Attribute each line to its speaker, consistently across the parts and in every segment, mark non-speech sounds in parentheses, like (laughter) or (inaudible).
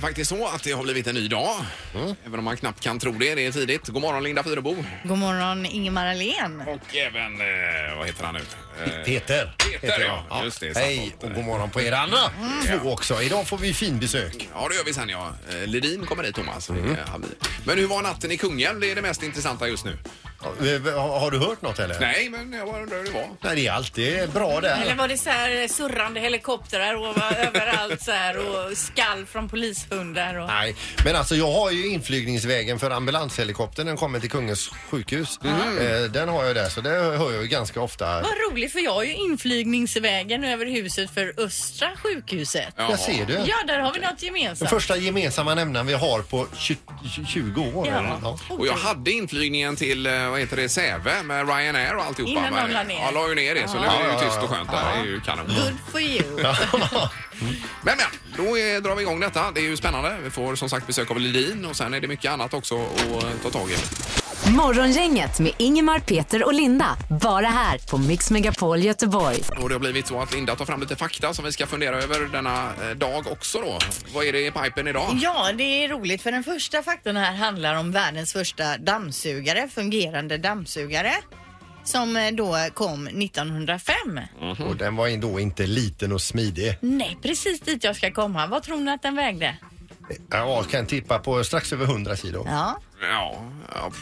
Speaker 1: faktiskt så att det har blivit en ny dag.
Speaker 2: Mm.
Speaker 1: Även om man knappt kan tro det. Det är tidigt. God morgon Linda Fyrebo.
Speaker 3: God morgon, Ingemar Ahlén.
Speaker 1: Och även, eh, vad heter han nu? Eh,
Speaker 2: Peter.
Speaker 1: Peter, ja.
Speaker 2: ja.
Speaker 1: Just det,
Speaker 2: Hej
Speaker 1: satt åt
Speaker 2: och
Speaker 1: det.
Speaker 2: god morgon på er andra två också. Idag får vi finbesök.
Speaker 1: Ja, det gör vi sen ja. Eh, Ledin kommer hit, Thomas.
Speaker 2: Mm.
Speaker 1: Eh, han blir. Men hur var natten i Kungälv? Det är det mest intressanta just nu.
Speaker 2: Har, har du hört något eller?
Speaker 1: Nej, men jag bara undrar hur det var.
Speaker 2: Nej, det är alltid bra
Speaker 3: Eller
Speaker 2: där.
Speaker 3: var det så här surrande helikoptrar och var överallt så här och skall från polishundar och...
Speaker 2: Nej, men alltså jag har ju inflygningsvägen för ambulanshelikoptern. Den kommer till Kungens sjukhus. Eh, den har jag där, så det hör jag ju ganska ofta.
Speaker 3: Vad roligt för jag har ju inflygningsvägen över huset för Östra sjukhuset.
Speaker 1: Jaha.
Speaker 2: Där ser du.
Speaker 3: Ja, där har vi något
Speaker 2: Den
Speaker 3: gemensamt.
Speaker 2: första gemensamma nämnaren vi har på 20, 20 år. eller
Speaker 3: Ja.
Speaker 2: något. Ja.
Speaker 1: Och jag hade inflygningen till, eh, vad heter det, Säve med Ryanair och alltihopa.
Speaker 3: Innan de
Speaker 1: Men-
Speaker 3: la ner.
Speaker 1: Ja, la ju ner det. Så nu är det ju tyst och skönt där. Det är ju kanon.
Speaker 3: Good for you.
Speaker 1: Men, men, då eh, drar vi igång detta. Det är ju spännande. Vi får som sagt besök av Ledin och sen är det mycket annat också att eh, ta tag i.
Speaker 4: Morgongänget med Ingemar, Peter och Linda. Bara här på Mix Megapol Göteborg.
Speaker 1: Och det har blivit så att Linda tar fram lite fakta som vi ska fundera över denna eh, dag också då. Vad är det i pipen idag?
Speaker 3: Ja, det är roligt för den första faktorn här handlar om världens första dammsugare, fungerande dammsugare. Som eh, då kom 1905.
Speaker 1: Mm.
Speaker 2: Och den var ändå inte liten och smidig.
Speaker 3: Nej, precis dit jag ska komma. Vad tror ni att den vägde?
Speaker 2: Ja, jag kan tippa på strax över 100 kilo.
Speaker 3: Ja,
Speaker 1: Ja, ja.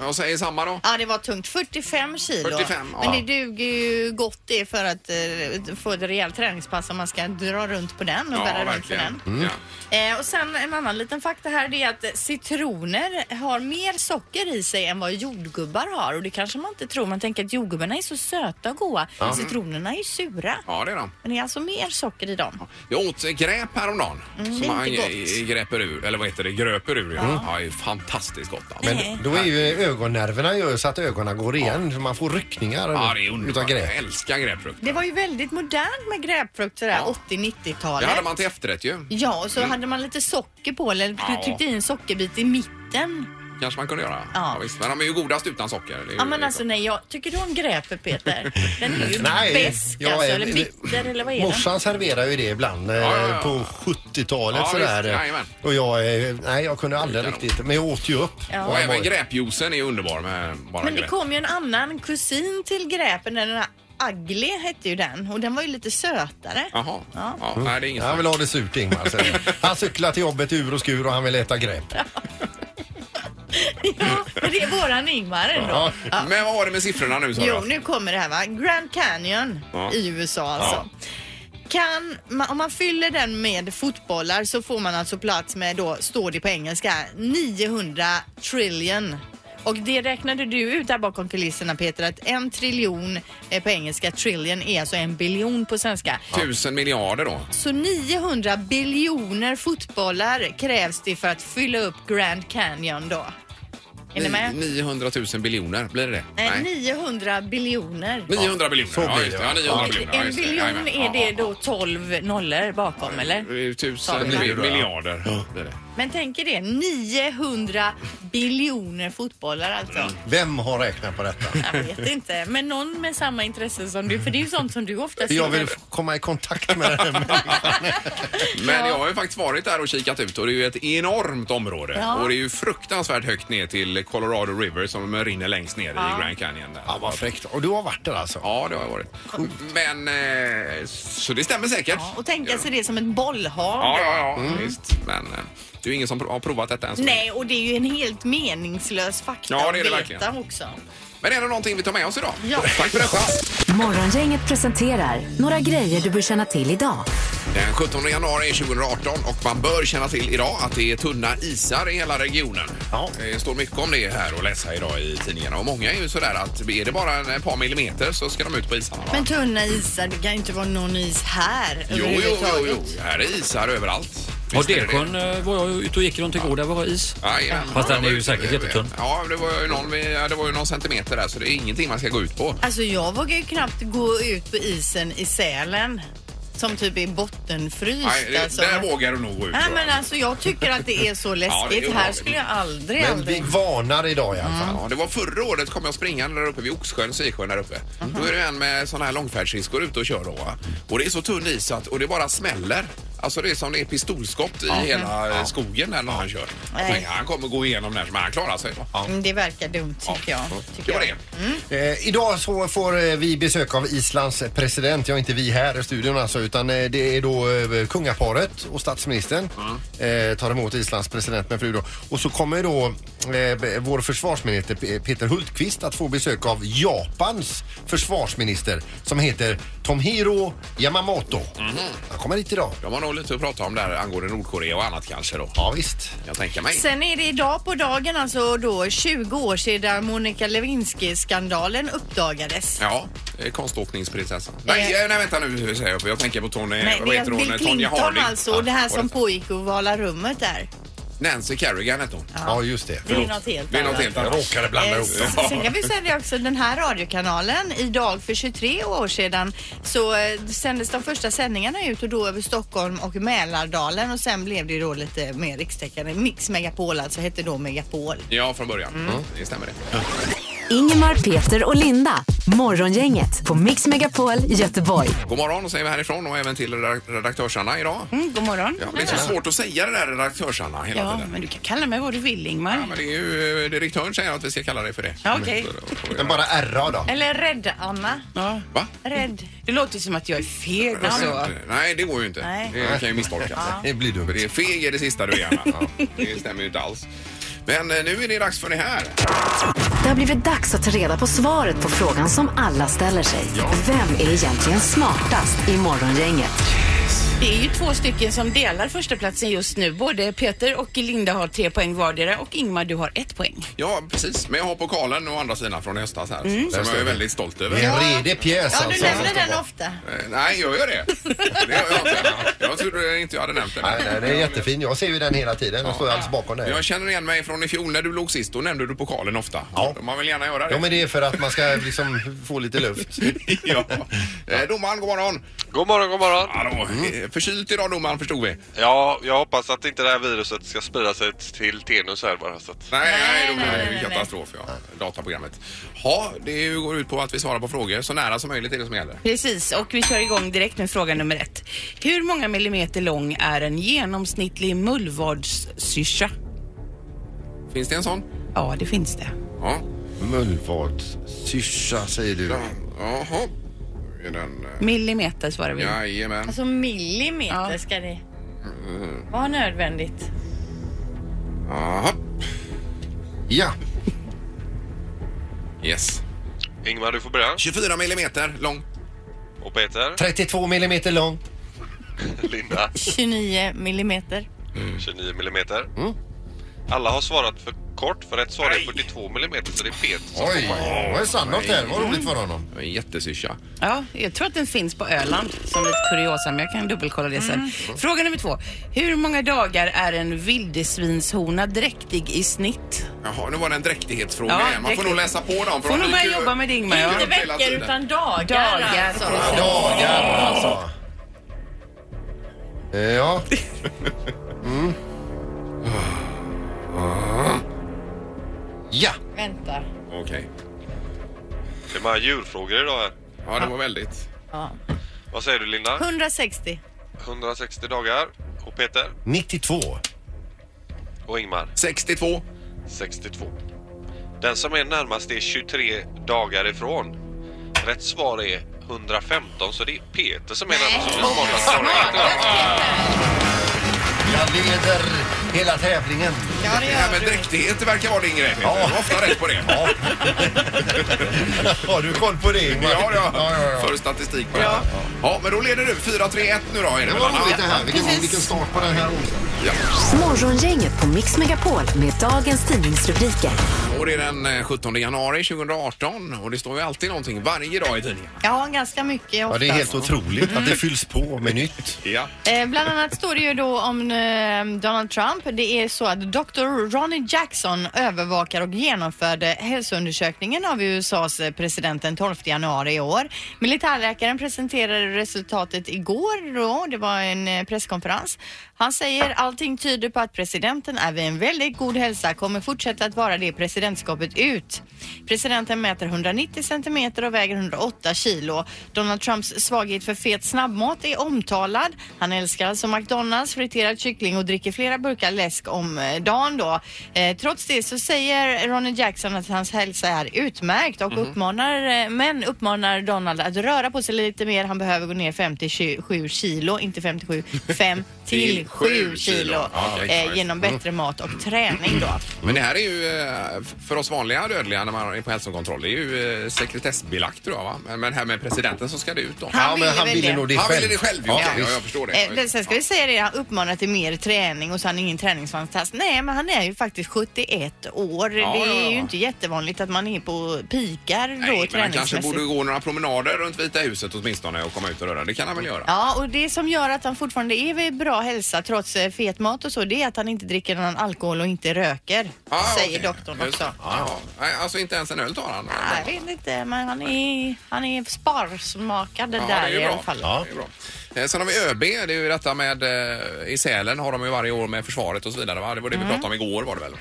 Speaker 1: jag säger samma då.
Speaker 3: ja det var tungt. 45 kilo.
Speaker 1: 45, ja.
Speaker 3: Men det duger ju gott det för att eh, få ett rejält träningspass om man ska dra runt på den och bära runt på den.
Speaker 1: Ja.
Speaker 3: Eh, och sen en annan liten fakta här det är att citroner har mer socker i sig än vad jordgubbar har och det kanske man inte tror. Man tänker att jordgubbarna är så söta och goda. Citronerna är ju sura.
Speaker 1: ja, det är de.
Speaker 3: Men det är alltså mer socker i dem.
Speaker 1: Jag åt gräp häromdagen.
Speaker 3: Mm, det
Speaker 1: som
Speaker 3: är
Speaker 1: man
Speaker 3: inte
Speaker 1: eh,
Speaker 3: gott. Mm.
Speaker 1: gräper ur, eller vad heter det, gröper ur. Ja. Ja, det är fantastiskt gott. Alltså.
Speaker 2: Men då är ju ögonnerverna gör så att ögonen går igen. så Man får ryckningar
Speaker 1: ja, det är
Speaker 2: utav
Speaker 1: underbart. Jag
Speaker 2: gräp.
Speaker 1: älskar gräpfrukt.
Speaker 3: Det var ju väldigt modernt med gräpfrukt sådär
Speaker 1: Ja.
Speaker 3: 80-90-talet.
Speaker 1: Det hade man till efterrätt ju.
Speaker 3: Ja, och så hade man lite socker på eller
Speaker 1: Ja.
Speaker 3: tryckte i en sockerbit i mitten.
Speaker 1: Kanske man kunde göra.
Speaker 3: Ja.
Speaker 1: Ja, visst. Men de är ju godast utan socker. Det är ju- liksom-
Speaker 3: Ja men alltså nej, jag tycker du om gräper Peter? Den är ju
Speaker 2: Nej,
Speaker 3: besk
Speaker 2: jag
Speaker 3: alltså,
Speaker 2: är-
Speaker 3: eller bitter eller vad är den?
Speaker 2: Morsan serverar ju det ibland eh,
Speaker 1: ja, ja.
Speaker 2: på 70-talet
Speaker 1: Ja,
Speaker 2: sådär.
Speaker 1: visst. Jajamän.
Speaker 2: och jag, eh, nej, jag kunde aldrig
Speaker 1: Kanon.
Speaker 2: riktigt. Men jag åt ju upp.
Speaker 3: Ja.
Speaker 1: Och
Speaker 2: jag
Speaker 1: även
Speaker 2: var-
Speaker 1: gräpjuicen är ju underbar med bara
Speaker 3: Men det
Speaker 1: gräp.
Speaker 3: kom ju en annan kusin till gräpen, den där Agli hette ju den och den var ju lite sötare.
Speaker 1: Jaha. Ja. nej, det är inget
Speaker 2: Jag
Speaker 1: snack.
Speaker 2: vill ha det surt Ingmar. säger
Speaker 1: (laughs)
Speaker 2: jag. Han cyklar till jobbet ur och skur och han vill äta gräp.
Speaker 3: Ja, (laughs) men det är våran Ingmar ändå.
Speaker 1: Men vad var det med siffrorna nu Sara?
Speaker 3: Jo, nu kommer det här va. Grand Canyon
Speaker 1: Ja.
Speaker 3: i USA alltså. Kan man, om man fyller den med fotbollar så får man alltså plats med då, står det på engelska, 900 trillion. Och det räknade du ut där bakom kulisserna Peter att en triljon eh, på engelska, trillion är alltså en biljon på svenska.
Speaker 1: Tusen miljarder då.
Speaker 3: Så 900 biljoner fotbollar krävs det för att fylla upp Grand Canyon då. Är ni med?
Speaker 1: Ni- 900 000 biljoner, blir det det?
Speaker 3: Nej, 900 biljoner.
Speaker 1: 900 biljoner.
Speaker 2: Så
Speaker 1: ja,
Speaker 2: blir
Speaker 1: just
Speaker 2: det,
Speaker 1: Ja,
Speaker 2: va?
Speaker 1: 900
Speaker 2: Ja.
Speaker 1: biljoner. ja,
Speaker 3: En
Speaker 1: just
Speaker 3: biljon
Speaker 1: Jajamän.
Speaker 3: är
Speaker 1: Ja,
Speaker 3: det då 12 nollor bakom eller?
Speaker 1: ja. Det är ju
Speaker 3: Ja, det
Speaker 1: Tusen
Speaker 3: blir
Speaker 1: mil-
Speaker 2: det, ja.
Speaker 1: miljarder. Det är det.
Speaker 3: Men tänk er det, 900 biljoner fotbollar alltså.
Speaker 2: Vem har räknat på detta?
Speaker 3: Jag
Speaker 1: Mm. (laughs)
Speaker 3: vet inte, men någon med samma intresse som du, för det är ju sånt som du ofta
Speaker 2: För
Speaker 3: ser.
Speaker 2: jag vill f- komma i kontakt med
Speaker 1: (laughs)
Speaker 2: den här
Speaker 1: Men jag har ju faktiskt varit där och kikat ut och det är ju ett enormt område.
Speaker 3: Ja.
Speaker 1: Och det är ju fruktansvärt högt ner till Colorado River som rinner längst ner i Grand Canyon. Där.
Speaker 2: Ja, vad fräckt. Och du har varit där alltså?
Speaker 1: Ja, det har jag varit. Men, eh, så det stämmer säkert.
Speaker 3: Ja, och tänka sig det som ett bollhav.
Speaker 1: Ja, ja, ja, visst. Men eh, det är ju ingen som har provat detta än. så länge.
Speaker 3: Nej, och det är ju en helt meningslös fakta
Speaker 1: Ja, det är det
Speaker 3: att veta
Speaker 1: verkligen.
Speaker 3: också.
Speaker 1: Men är det någonting vi tar med oss idag?
Speaker 3: Ja.
Speaker 1: Tack för detta.
Speaker 4: Morgongänget presenterar några grejer du bör känna till idag.
Speaker 1: Den 17 januari 2018 och man bör känna till idag att det är tunna isar i hela regionen.
Speaker 2: Ja.
Speaker 1: Det står mycket om det här och läsa idag i tidningarna och många är ju sådär att är det bara en par millimeter så ska de ut på isarna. Va?
Speaker 3: Men tunna isar, det kan ju inte vara någon is här
Speaker 1: jo, jo,
Speaker 3: överhuvudtaget.
Speaker 1: jo, jo, här är isar överallt.
Speaker 5: Och
Speaker 1: Visst är det
Speaker 5: Delsjön
Speaker 1: det.
Speaker 5: eh, var jag ute och gick runt igår. Där var is.
Speaker 1: Jajamän.
Speaker 5: Fast den är ju
Speaker 1: Ja,
Speaker 5: säkert jättetunn.
Speaker 1: Ja, det var ju någon, ja, det var ju någon centimeter där så det är ingenting man ska gå ut på.
Speaker 3: Alltså jag vågar ju knappt gå ut på isen i Sälen som typ är bottenfryst.
Speaker 1: Nej, det,
Speaker 3: alltså.
Speaker 1: Där vågar du nog gå ut.
Speaker 3: Nej
Speaker 1: tror jag.
Speaker 3: men alltså jag tycker att det är så
Speaker 1: Ja, det är
Speaker 3: läskigt. här
Speaker 1: obehagligt.
Speaker 3: skulle jag aldrig,
Speaker 2: Men vi
Speaker 3: aldrig...
Speaker 2: varnar idag i alla fall.
Speaker 1: Ja, det var förra året kom jag springande där uppe vid Oxsjön, Sisjön där uppe.
Speaker 3: Mhm.
Speaker 1: Då är det en med såna här långfärdsskridskor ute och kör då. Va? Och det är så tunn is att, och det bara smäller. Alltså det är som det är pistolskott i hela eh, skogen där när han kör.
Speaker 3: Nej.
Speaker 1: Men han kommer gå igenom där, men han klarar sig. va?
Speaker 3: Mm, Det verkar dumt tycker
Speaker 1: Ja.
Speaker 3: jag.
Speaker 1: Det
Speaker 3: Tycker
Speaker 1: var
Speaker 3: jag. Mm.
Speaker 1: det.
Speaker 2: Eh, idag så får eh, vi besök av Islands president. Ja, inte vi här i studion alltså, utan eh, det är då eh, kungaparet och statsministern eh, tar emot Islands president med fru då. Och så kommer då eh, b- vår försvarsminister P- Peter Hultqvist att få besök av Japans försvarsminister som heter Tomhiro Yamamoto. Han kommer hit idag.
Speaker 1: De har nog lite att prata om där angående Nordkorea och annat kanske då.
Speaker 2: Ja, visst.
Speaker 1: Jag tänker mig.
Speaker 3: Sen är det idag på dagen, alltså då 20 år sedan Monica Lewinsky-skandalen uppdagades.
Speaker 1: Ja, eh, konståkningsprinsessan. Nej,
Speaker 3: Eh.
Speaker 1: eh, nej, vänta nu säger jag. Jag tänker på Tony,
Speaker 3: Nej,
Speaker 1: vad
Speaker 3: det
Speaker 1: heter
Speaker 3: är
Speaker 1: hon?
Speaker 3: Bill
Speaker 1: Tonya
Speaker 3: Clinton
Speaker 1: Harding.
Speaker 3: alltså och det här
Speaker 1: Ja,
Speaker 3: som pågick i Ovala rummet där.
Speaker 1: Nancy Kerrigan hette hon.
Speaker 2: Ja, just det.
Speaker 3: Det är något helt
Speaker 1: Det är något helt annat. Jag råkade
Speaker 3: Eh, s- Sen kan vi säga det också, den här radiokanalen idag för 23 år sedan så eh, sändes de första sändningarna ut och då över Stockholm och Mälardalen och sen blev det ju då lite mer rikstäckande. Mix Megapol alltså hette då Megapol.
Speaker 1: Ja, från början. Mm, Det stämmer det.
Speaker 4: Ingemar, Peter och Linda. Morgongänget på Mix Megapol Göteborg.
Speaker 1: God morgon säger vi härifrån och även till redak- redaktörs-Anna idag.
Speaker 6: Mm, god morgon.
Speaker 1: Ja, det är så svårt att säga det där redaktörs-Anna hela
Speaker 6: Ja,
Speaker 1: tiden.
Speaker 6: men du kan kalla mig vad du vill, Ingmar.
Speaker 1: Men det är ju eh, direktören säger att vi ska kalla dig för det.
Speaker 6: Ja, okej.
Speaker 2: Men bara RA då.
Speaker 3: Eller Rädd-Anna.
Speaker 6: Ja.
Speaker 1: Va?
Speaker 3: Rädd.
Speaker 6: Det låter som att jag är feg och så.
Speaker 1: Nej, det går ju inte.
Speaker 6: Nej.
Speaker 1: Det kan ju misstolkas.
Speaker 2: Det blir
Speaker 1: För
Speaker 2: dumt.
Speaker 1: det är feg är det sista du är, Anna. Det stämmer ju inte alls. Men eh, nu är det dags för det här.
Speaker 4: Det har blivit dags att ta reda på svaret på frågan som alla ställer sig. Vem är egentligen smartast i Morgongänget?
Speaker 6: Det är ju två stycken som delar första platsen just nu. Både Peter och Linda har tre poäng vardera och Ingmar, du har ett poäng.
Speaker 1: Ja, precis. Men jag har pokalen å andra sidan från i höstas här. Som jag är väldigt stolt över.
Speaker 2: Det är en redig pjäs
Speaker 3: Ja, du
Speaker 2: alltså.
Speaker 3: nämner den ofta.
Speaker 1: Eh, Nej, gör jag det? det gör jag, inte. jag trodde inte jag hade nämnt det.
Speaker 2: Nej, nej, det är jättefin. Jag ser ju den hela tiden. Den står alldeles bakom
Speaker 1: Men
Speaker 2: dig.
Speaker 1: Jag känner igen mig från i fjol när du låg sist. Då nämnde du pokalen ofta. Ja. Man vill gärna göra det.
Speaker 2: Ja, men det är för att man ska liksom få lite luft.
Speaker 1: (laughs) ja. Eh, Domaren, god morgon.
Speaker 7: God morgon, god morgon.
Speaker 1: Hallå. Mm. Förkylt idag domaren, förstod vi. Nej,
Speaker 7: Ja, jag hoppas att inte det här viruset ska sprida sig till Tenus här bara. Så att...
Speaker 1: nej,
Speaker 3: nej,
Speaker 1: då blir det
Speaker 3: nej,
Speaker 1: ju
Speaker 3: nej, nej.
Speaker 1: katastrof. Ja. Dataprogrammet. Ja, det är ju- går ut på att vi svarar på frågor så nära som möjligt är det som gäller.
Speaker 6: Precis, och vi kör igång direkt med fråga nummer ett. Hur många millimeter lång är en genomsnittlig mullvadssyrsa?
Speaker 1: Finns det en sån?
Speaker 6: Ja, det finns det.
Speaker 1: Ja.
Speaker 2: Mullvadssyrsa säger du.
Speaker 1: Ja, Jaha. Är den... eh,
Speaker 6: Millimeter svarar vi.
Speaker 1: Jajamän.
Speaker 3: Alltså millimeter
Speaker 6: Ja.
Speaker 3: ska det vara nödvändigt.
Speaker 1: Jaha.
Speaker 2: Ja,
Speaker 1: Yes.
Speaker 7: Ingmar, du får börja.
Speaker 1: 24 millimeter lång.
Speaker 7: Och Peter,
Speaker 2: 32 millimeter lång.
Speaker 7: Linda,
Speaker 3: 29 millimeter.
Speaker 7: 29 millimeter. Alla har svarat för kort, för rätt svar är 42 millimeter, så det är Peter som
Speaker 2: Oj, det var ju Sandholt där. Vad roligt för honom.
Speaker 1: En jättesyrsa.
Speaker 6: Ja, jag tror att den finns på Öland som lite kuriosa, men jag kan dubbelkolla det
Speaker 3: Mm.
Speaker 6: sen. Fråga nummer två. Hur många dagar är en vildesvinshona dräktig i snitt?
Speaker 1: Jaha, nu var det en dräktighetsfråga
Speaker 6: Ja,
Speaker 1: igen. Man får
Speaker 6: dräktigt.
Speaker 1: nog läsa på dem. för
Speaker 6: Får
Speaker 1: de
Speaker 6: nog börja
Speaker 1: dyker ju-
Speaker 6: jobba med det, Ingmar, ja.
Speaker 1: dyker
Speaker 3: Inte
Speaker 1: upp hela
Speaker 3: veckor
Speaker 1: tiden.
Speaker 3: utan dagar.
Speaker 6: Dagar,
Speaker 3: alltså.
Speaker 6: precis.
Speaker 2: Dagar alltså. Eh, Ja, Mm.
Speaker 1: Ja!
Speaker 3: Vänta.
Speaker 1: Okej.
Speaker 7: Det är många djurfrågor idag här.
Speaker 1: Ja, det var väldigt.
Speaker 3: Ja.
Speaker 7: Vad säger du Linda?
Speaker 3: 160.
Speaker 7: 160 dagar. Och Peter
Speaker 2: 92.
Speaker 7: och Ingmar
Speaker 1: 62.
Speaker 7: 62. Den som är närmast är 23 dagar ifrån. Rätt svar är 115, så det är Peter som är närmast. som är smartast.
Speaker 2: Jag leder hela tävlingen.
Speaker 3: Ja, det
Speaker 1: Det här
Speaker 3: gör
Speaker 1: med
Speaker 3: du.
Speaker 1: dräktighet det verkar vara din grej. Peter. Du har ofta rätt på det. Ja,
Speaker 2: Har du koll på det Ingmar?
Speaker 1: det har jag.
Speaker 2: ja, ja, ja.
Speaker 1: För statistik på detta. Ja, men då leder du. 4-3-1 nu då. Är det
Speaker 2: Det
Speaker 1: väl,
Speaker 2: var
Speaker 1: Anna?
Speaker 2: roligt det här. Vilken, vilken start på den här onsdagen.
Speaker 1: Ja.
Speaker 4: Morgongänget på Mix Megapol med dagens tidningsrubriker.
Speaker 1: Och det är den eh, 17 januari 2018 och det står ju alltid någonting varje dag i tidningarna.
Speaker 3: Ja, ganska mycket
Speaker 2: Ja,
Speaker 3: oftast.
Speaker 2: det är helt otroligt
Speaker 3: Mm.
Speaker 2: att det fylls på med nytt.
Speaker 1: Ja.
Speaker 3: Eh, bland annat står det ju då om eh, Donald Trump. Det är så att Dr. Ronnie Jackson övervakar och genomförde hälsoundersökningen av USAs president den 12 januari i år. Militärläkaren presenterade resultatet igår då. Det var en eh, presskonferens. Han säger allting tyder på att presidenten är vid en väldigt god hälsa, kommer fortsätta att vara det president presidentskapet ut. Presidenten mäter 190 centimeter och väger 108 kilo. Donald Trumps svaghet för fet snabbmat är omtalad. Han älskar alltså McDonalds, friterad kyckling och dricker flera burkar läsk om eh, dagen då. Eh, trots det så säger Ronny Jackson att hans hälsa är utmärkt och uppmanar, eh, men uppmanar Donald att röra på sig lite mer. Han behöver gå ner 57 kilo, inte 57, 5 (laughs) till 7 kilo
Speaker 1: Ja, okej.
Speaker 3: eh, genom bättre mat och träning då.
Speaker 1: Men det här är ju eh, f- för oss vanliga dödliga när man är på hälsokontroll. Det är ju eh, sekretessbelagt tror jag va? Men- Men här med presidenten så ska det ut då.
Speaker 3: Han
Speaker 2: ja, men
Speaker 3: ville
Speaker 2: han
Speaker 3: väl
Speaker 2: ville
Speaker 3: det.
Speaker 2: nog det
Speaker 1: Han
Speaker 2: själv.
Speaker 1: ville det själv ju.
Speaker 2: Ja,
Speaker 1: Ja, ja,
Speaker 2: visst.
Speaker 1: jag förstår det.
Speaker 3: Eh, det- sen ska vi säga det, han uppmanar till mer träning och så han är ingen träningsfantast. Nej, men han är ju faktiskt 71 år.
Speaker 1: Ja,
Speaker 3: det är
Speaker 1: ja, ja.
Speaker 3: ju inte jättevanligt att man är på pikar då
Speaker 1: Nej, men han kanske
Speaker 3: träningsmässigt.
Speaker 1: borde gå några promenader runt Vita huset åtminstone och komma ut och röra. Det kan han väl göra?
Speaker 3: Ja, och det som gör att han fortfarande är vid bra hälsa trots eh, fet mat och så, det är att han inte dricker någon alkohol och inte röker,
Speaker 1: Ah,
Speaker 3: säger
Speaker 1: okej.
Speaker 3: doktorn
Speaker 1: Just
Speaker 3: också.
Speaker 1: det. Ja, ja. Nej, Alltså inte ens en öl tar han?
Speaker 3: Jag vet inte, men han är, han är sparsmakad
Speaker 1: Ja,
Speaker 3: där
Speaker 1: det är ju
Speaker 3: i
Speaker 1: bra.
Speaker 3: alla fall.
Speaker 1: Det är bra. Eh, Sen har vi ÖB, det är ju detta med eh, i Sälen har de ju varje år med försvaret och så vidare. Va? Det var
Speaker 3: Mm.
Speaker 1: det vi pratade om igår var det väl?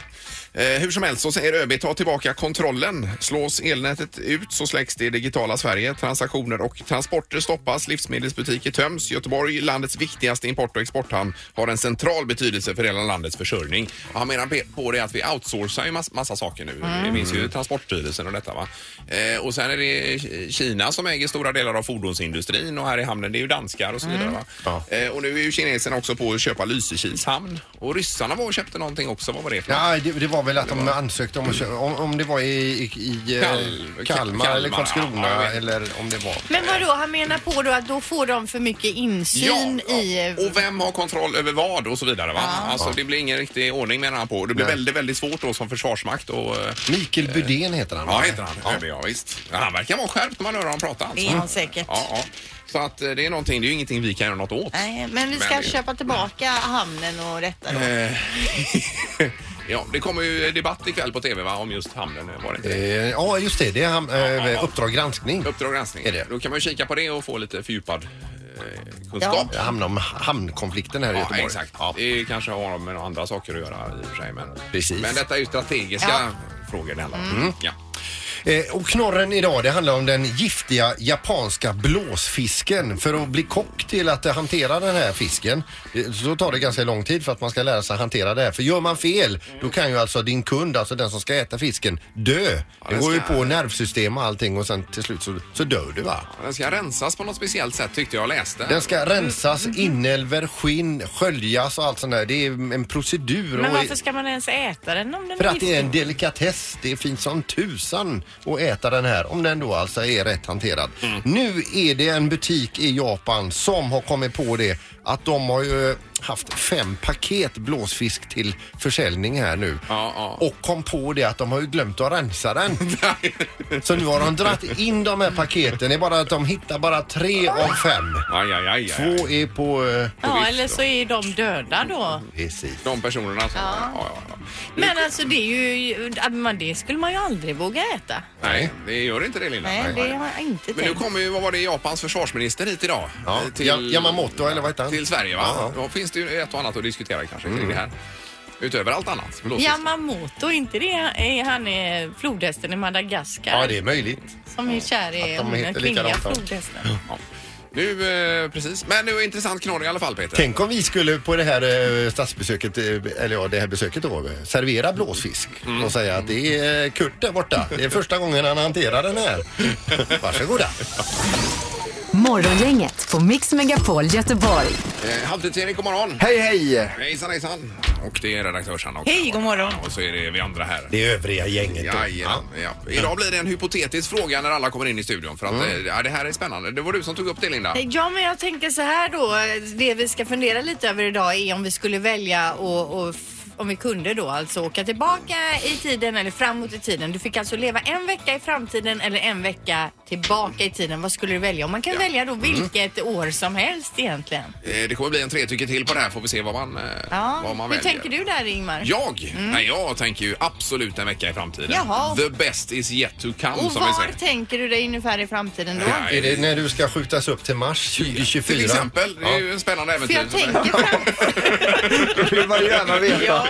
Speaker 1: Eh, hur som helst så säger ÖB ta tillbaka kontrollen. Slås elnätet ut så släcks det digitala Sverige. Transaktioner och transporter stoppas. Livsmedelsbutiker töms. Göteborg, landets viktigaste import och exporthamn, har en central betydelse för hela landets försörjning. Och han menar pe- på det att vi outsourcar ju mass, massa saker nu.
Speaker 2: Mm.
Speaker 1: Det finns ju Transportstyrelsen och detta va. Eh, och sen är det Kina som äger stora delar av fordonsindustrin och här i hamnen det är ju danskar och så vidare va.
Speaker 2: Mm. Ja.
Speaker 1: Eh, och nu är ju kineserna också på att köpa Lysekils hamn. Och ryssarna var och köpte någonting också. Vad var det för något?
Speaker 2: Ja, det, det var väl att de ansökte om att köra, om, om det var i, i, i eh,
Speaker 1: Kal-
Speaker 2: Kalmar eller
Speaker 1: Kalmar,
Speaker 2: Karlskrona
Speaker 1: ja, jag vet.
Speaker 2: eller om det var...
Speaker 3: Men vadå, han menar på då att då får de för mycket insyn i... eh,
Speaker 1: och vem har kontroll över vad och så vidare. Va? Alltså, det blir ingen riktig ordning menar han på. Det blir
Speaker 2: Nej.
Speaker 1: väldigt, väldigt svårt då som försvarsmakt. Och, eh,
Speaker 2: Mikael Budén heter han.
Speaker 1: ja,
Speaker 2: va?
Speaker 1: heter han. Ja. ja, visst. Ja, Han verkar vara skärpt när man hör honom prata. Alltså.
Speaker 3: Det är han säkert.
Speaker 1: Ja, ja. Så att eh, det är någonting, det är ju ingenting vi kan göra något åt.
Speaker 3: Nej, men vi ska
Speaker 1: Men det-
Speaker 3: köpa tillbaka hamnen och detta då.
Speaker 1: Eh, ja, det kommer ju debatt ikväll på TV va? om just hamnen. Var det inte det?
Speaker 2: Eh, Ja, just det. Det är han,
Speaker 1: ja, ja.
Speaker 2: eh, Uppdrag granskning.
Speaker 1: Uppdrag granskning.
Speaker 2: Är det?
Speaker 1: Då kan man ju kika på det och få lite fördjupad eh, kunskap.
Speaker 2: Det handlar om hamnkonflikten här i
Speaker 1: Ja,
Speaker 2: Göteborg.
Speaker 1: exakt. Det kanske har med några andra saker att göra i och för sig. Men,
Speaker 2: Precis.
Speaker 1: men detta är ju strategiska frågor det handlar om.
Speaker 3: Mm.
Speaker 1: Ja.
Speaker 2: Eh, Och knorren idag, det handlar om den giftiga japanska blåsfisken. För att bli kock till att eh, hantera den här fisken eh, så tar det ganska lång tid för att man ska lära sig hantera det här. För gör man fel, då kan ju alltså din kund, alltså den som ska äta fisken, dö. Det
Speaker 1: den
Speaker 2: går ju
Speaker 1: ska-
Speaker 2: på nervsystem och allting och sen till slut så, så dör du va.
Speaker 1: Den ska rensas på något speciellt sätt tyckte jag läste.
Speaker 2: Den ska rensas, inälvor, skinn, sköljas och allt sånt där. Det är en procedur.
Speaker 3: Men
Speaker 2: och
Speaker 3: varför ska man ens äta den om den
Speaker 2: För
Speaker 3: är
Speaker 2: att det är
Speaker 3: giftig?
Speaker 2: en delikatess. Det är fint som tusan att äta den här om den då alltså är rätt hanterad.
Speaker 1: Mm.
Speaker 2: Nu är det en butik i Japan som har kommit på det att de har ju eh, haft fem paket blåsfisk till försäljning här nu.
Speaker 1: Ja, ja.
Speaker 2: Och kom på det att de har ju glömt att
Speaker 1: (laughs)
Speaker 2: rensa den. Så nu har de dragit in de här paketen. Det är bara att de hittar bara tre av fem.
Speaker 1: Aj, aj, aj, aj.
Speaker 2: Två är på... eh,
Speaker 3: Ja, eller så är de döda då.
Speaker 2: Mm. Precis.
Speaker 1: De personerna som... Ja. Ja, ja.
Speaker 3: Men alltså det är ju... ja, men Det skulle man ju aldrig våga äta.
Speaker 1: Nej, det gör inte det Linda.
Speaker 3: Nej, det har jag inte
Speaker 1: Men nu
Speaker 3: tänkt.
Speaker 1: kommer ju, vad var det, Japans försvarsminister hit idag?
Speaker 2: Ja.
Speaker 1: Eh, Till,
Speaker 2: Ja- Yamamoto, eller vad heter han?
Speaker 1: Till Sverige va?
Speaker 2: Ja, Mm.
Speaker 1: Då finns det ju ett och annat att diskutera kanske kring det här. Utöver allt annat. Förlåt,
Speaker 3: Yamamoto, inte det är han är flodhästen i Madagaskar
Speaker 2: Ja, det är möjligt.
Speaker 3: som är kär i
Speaker 2: Att de
Speaker 3: hon, den
Speaker 2: heter
Speaker 3: kvinnliga
Speaker 2: likadant, va?
Speaker 3: flodhästen.
Speaker 1: Ja. Nu, eh, precis. Men nu är intressant knorr i alla fall Peter.
Speaker 2: Tänk om vi skulle på det här eh, statsbesöket, eh, eller ja, det här besöket då, eh, servera blåsfisk
Speaker 1: Mm.
Speaker 2: och säga att det är eh, Kurt där borta. Det är första gången han hanterar den här. Varsågoda.
Speaker 4: Morgongänget på Mix Megapol Göteborg.
Speaker 1: Eh, Halvtids-Erik, god morgon.
Speaker 8: Hej, hej!
Speaker 1: Hejsan hejsan! Och det är redaktörsarna också.
Speaker 6: Hej, god morgon.
Speaker 1: Och så är det vi andra här.
Speaker 2: Det övriga gänget då.
Speaker 1: Jajamän, ja. Idag blir det en hypotetisk fråga när alla kommer in i studion. För att
Speaker 2: Mm.
Speaker 1: eh, ja, det här är spännande. Det var du som tog upp det Linda.
Speaker 3: Ja, men jag tänker så här då. Det vi ska fundera lite över idag är om vi skulle välja och, och f- om vi kunde då alltså åka tillbaka i tiden eller framåt i tiden. Du fick alltså leva en vecka i framtiden eller en vecka Tillbaka i tiden, vad skulle du välja? Och man kan
Speaker 1: Ja. Mm.
Speaker 3: välja då vilket år som helst egentligen.
Speaker 1: Eh, Det kommer bli en tre tycker till på det här får vi se vad man, eh,
Speaker 3: Ja.
Speaker 1: vad man
Speaker 3: Hur
Speaker 1: väljer.
Speaker 3: tänker du där Ingmar?
Speaker 1: Jag? Nej, jag tänker ju absolut en vecka i framtiden.
Speaker 3: Mm. Jaha.
Speaker 1: The best is yet to come som
Speaker 3: Och
Speaker 1: vi
Speaker 3: var
Speaker 1: säger.
Speaker 3: tänker du dig ungefär i framtiden då?
Speaker 1: Ja,
Speaker 2: Är det när du ska skjutas upp till mars 2024?
Speaker 1: Till exempel, det är ju en spännande
Speaker 3: För
Speaker 1: äventyr.
Speaker 3: jag
Speaker 1: som är-
Speaker 3: tänker, fram-
Speaker 2: vill man gärna veta.
Speaker 3: ja,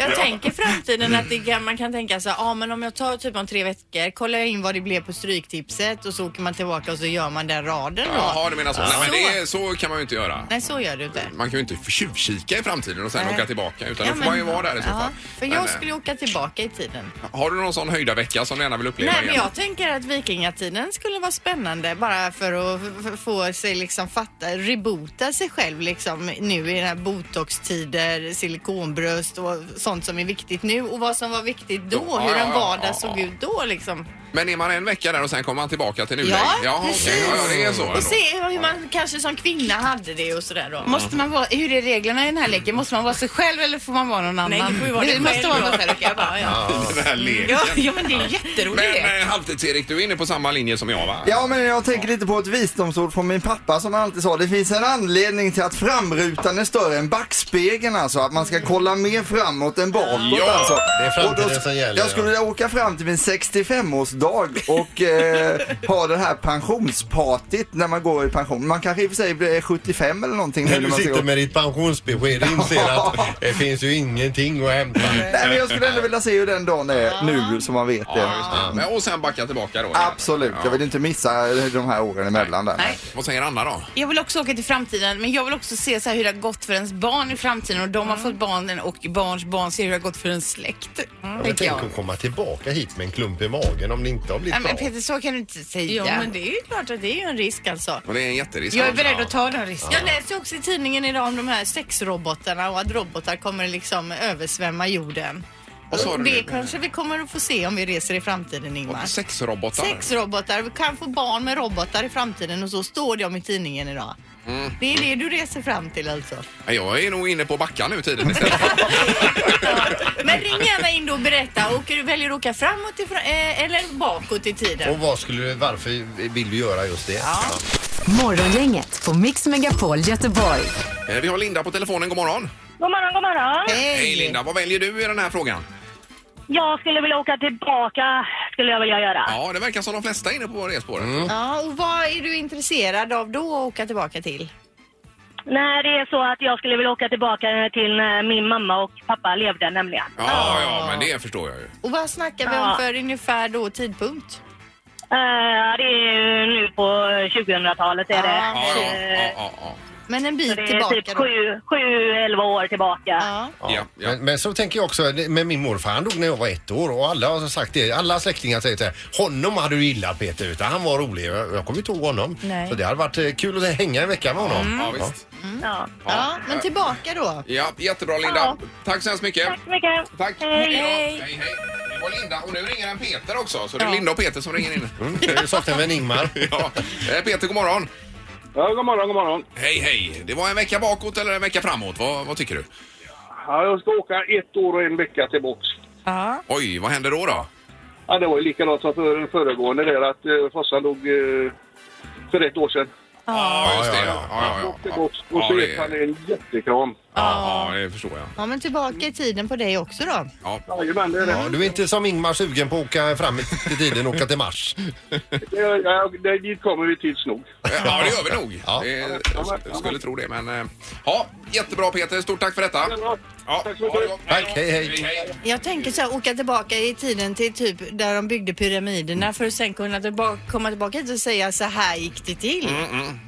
Speaker 3: jag tänker framtiden att det kan, man kan tänka så här, ah, men om jag tar typ om tre veckor kollar jag in vad det blev på stryktipset och så åker man tillbaka och så gör man den raden då.
Speaker 1: Jaha, du menar så. Nej, men
Speaker 3: Så.
Speaker 1: det, är- så kan man ju inte göra.
Speaker 3: Nej, så gör du inte.
Speaker 1: Man kan ju inte tjuvkika i framtiden och sen
Speaker 3: Nej.
Speaker 1: åka tillbaka utan
Speaker 3: Ja,
Speaker 1: då får
Speaker 3: men-
Speaker 1: man ju vara där i så
Speaker 3: ja,
Speaker 1: fall.
Speaker 3: För
Speaker 1: Men,
Speaker 3: jag
Speaker 1: eh,
Speaker 3: skulle åka tillbaka i tiden.
Speaker 1: Har du någon sån höjda vecka som du gärna vill uppleva
Speaker 3: Nej, men
Speaker 1: igen?
Speaker 3: jag tänker att vikingatiden skulle vara spännande bara för att f- f- få sig liksom fatta, reboota sig själv liksom nu i den här botox-tider, silikonbröst och sånt som är viktigt nu och vad som var viktigt då,
Speaker 1: Ja,
Speaker 3: hur
Speaker 1: ja,
Speaker 3: en
Speaker 1: ja,
Speaker 3: vardag
Speaker 1: ja,
Speaker 3: såg
Speaker 1: ja.
Speaker 3: ut då liksom.
Speaker 1: Men är man en vecka där och sen kommer man tillbaka till nuläget?
Speaker 3: Ja,
Speaker 1: okej.
Speaker 3: precis.
Speaker 1: Ja, ja, det är så ändå.
Speaker 3: Och se hur man kanske som kvinna hade det och sådär då.
Speaker 6: Måste man vara, hur är reglerna i den här
Speaker 1: Mm.
Speaker 6: leken? Måste man vara sig själv eller får man vara någon annan?
Speaker 3: Nej, du får ju vara dig
Speaker 6: måste
Speaker 3: själv
Speaker 6: vara
Speaker 3: då.
Speaker 6: sig själv. okej, bara, ja.
Speaker 1: I den här
Speaker 3: Mm,
Speaker 1: leken.
Speaker 6: Ja, ja, men det är jätteroligt.
Speaker 1: Men eh, Halvtids-Erik, du är inne på samma linje som jag va?
Speaker 8: Ja, men jag tänker lite på ett visdomsord från min pappa som alltid sa. Det finns en anledning till att framrutan är större än backspegeln alltså. Att man ska kolla mer framåt än bakåt
Speaker 1: Ja,
Speaker 8: alltså.
Speaker 2: det är framtiden
Speaker 8: Och då-
Speaker 2: som gäller,
Speaker 8: Jag skulle
Speaker 2: ja.
Speaker 8: vilja åka fram till min 65-årsdag och eh, ha det här pensionspartyt när man går i pension. Man kanske i och för sig blir 75 eller någonting.
Speaker 2: När
Speaker 8: när
Speaker 2: du
Speaker 8: man ska gå.
Speaker 2: sitter med ditt pensionsbesked och inser att det finns ju ingenting att hämta.
Speaker 8: Nej, men jag skulle ändå vilja se hur den dagen är nu så man vet det.
Speaker 1: Ja. Men, och sen backa tillbaka då?
Speaker 8: Absolut, jag vill inte missa de här åren emellan där.
Speaker 6: Nej.
Speaker 1: Vad säger Anna då?
Speaker 6: Jag vill också åka till framtiden, men jag vill också se så här hur det har gått för ens barn i framtiden och de
Speaker 3: Mm.
Speaker 6: har fått barnen och barns barn ser hur det har gått för ens släkt.
Speaker 2: Men
Speaker 6: tänker jag.
Speaker 2: tänk att komma tillbaka hit med en klump i magen om det inte har blivit
Speaker 6: Nej,
Speaker 2: bra.
Speaker 6: men Peter, så kan du inte säga.
Speaker 3: Ja, men det är ju klart att det är ju en risk alltså.
Speaker 1: Och det är en jätterisk.
Speaker 6: Jag är beredd att ta den risken.
Speaker 3: Jag läste ju också i tidningen idag om de här sexrobotarna och att robotar kommer liksom översvämma jorden.
Speaker 1: Vad sa du
Speaker 3: det
Speaker 1: nu?
Speaker 3: kanske vi kommer att få se om vi reser i framtiden, Ingmar.
Speaker 1: Sex robotar.
Speaker 3: Sexrobotar. Vi kan få barn med robotar i framtiden och så står det om i tidningen idag.
Speaker 1: Mm.
Speaker 3: Det är det du reser fram till alltså.
Speaker 1: Nej, Jag är nog inne på backa nu tiden istället.
Speaker 3: Men ring gärna in då och berätta. Åker du, väljer du att åka framåt i, fra- eh, eller bakåt i tiden?
Speaker 2: Och vad skulle du, varför vill du göra just det?
Speaker 4: Morgongänget på Mix Megapol Göteborg.
Speaker 1: Eh, Vi har Linda på telefonen, god morgon.
Speaker 9: God morgon, god morgon.
Speaker 1: Hej. Linda, vad väljer du i den här frågan?
Speaker 9: Jag skulle vilja åka tillbaka, skulle jag vilja göra.
Speaker 1: Ja, det verkar som de flesta är inne på det spåret.
Speaker 3: Ja, och vad är du intresserad av då att åka tillbaka till?
Speaker 9: Nej, det är så att jag skulle vilja åka tillbaka till när min mamma och pappa levde nämligen.
Speaker 1: Ja, ja, men det förstår jag ju.
Speaker 3: Och vad snackar vi om
Speaker 9: Ja.
Speaker 3: för ungefär då tidpunkt?
Speaker 9: Eh, det är ju nu på 2000-talet är det.
Speaker 3: Ja,
Speaker 1: Ja, ja,
Speaker 9: Eh,
Speaker 1: ja, ja,
Speaker 3: Men en
Speaker 9: så
Speaker 3: bit
Speaker 9: det är
Speaker 3: tillbaka
Speaker 9: typ
Speaker 3: då?
Speaker 9: 7-11 år tillbaka.
Speaker 3: Ja.
Speaker 1: ja. ja, ja.
Speaker 2: Men, men så tänker jag också det- med min morfar. Han dog när jag var ett år och alla har sagt det. Alla släktingar säger så här. Honom hade du gillat Peter. Utan han var rolig. Jag jag kommer inte ihåg honom.
Speaker 3: Nej.
Speaker 2: Så det hade varit eh, kul att hänga en vecka med honom.
Speaker 1: Mm. Ja, visst.
Speaker 9: Ja.
Speaker 3: Ja, men tillbaka då.
Speaker 1: Ja, jättebra Linda.
Speaker 9: Ja.
Speaker 1: Tack så hemskt mycket.
Speaker 9: Tack så mycket.
Speaker 1: Tack.
Speaker 9: Hej.
Speaker 1: Ja, hej, hej. Det var Linda och nu ringer en Peter också. Så det är Linda och Peter som ringer in.
Speaker 2: Mm. Saknar vi en Ingmar?
Speaker 1: (laughs) Ja. Eh, Peter, god morgon.
Speaker 10: Ja, god morgon, god morgon.
Speaker 1: Hej, hej. Det var en vecka bakåt eller en vecka framåt. Vad, vad tycker du?
Speaker 10: Ja, jag ska åka ett år och en vecka tillbaks.
Speaker 1: Oj, vad händer då då?
Speaker 10: Ja, det var ju likadant som för, föregående där att eh, farsan dog eh, för ett år sedan.
Speaker 1: Ja, just det.
Speaker 2: Ja,
Speaker 1: Ja,
Speaker 2: ja,
Speaker 1: ja, ja.
Speaker 10: Åkte bort och
Speaker 1: Ja,
Speaker 10: så
Speaker 1: det-
Speaker 10: gick han en jättekram.
Speaker 1: Ja, ja, det förstår jag.
Speaker 3: Ja, men tillbaka i tiden på dig också då.
Speaker 1: Ja.
Speaker 10: Jajamän, det är
Speaker 2: Ja,
Speaker 10: det.
Speaker 2: du är inte som Ingmar sugen på att åka fram i tiden och åka till Mars.
Speaker 10: Ja, ja, det. Dit kommer vi tids nog.
Speaker 1: ja, det gör vi nog.
Speaker 2: Ja.
Speaker 1: Det- Jag skulle tro det, men... eh, Ja, jättebra Peter. Stort tack för detta. Ja,
Speaker 10: Tack så mycket.
Speaker 1: ha det gott.
Speaker 2: Tack, hej, hej.
Speaker 3: Jag tänker så här, åka tillbaka i tiden till typ där de byggde pyramiderna för att sen kunna tillbaka, komma tillbaka hit och säga så här gick det till. det är ju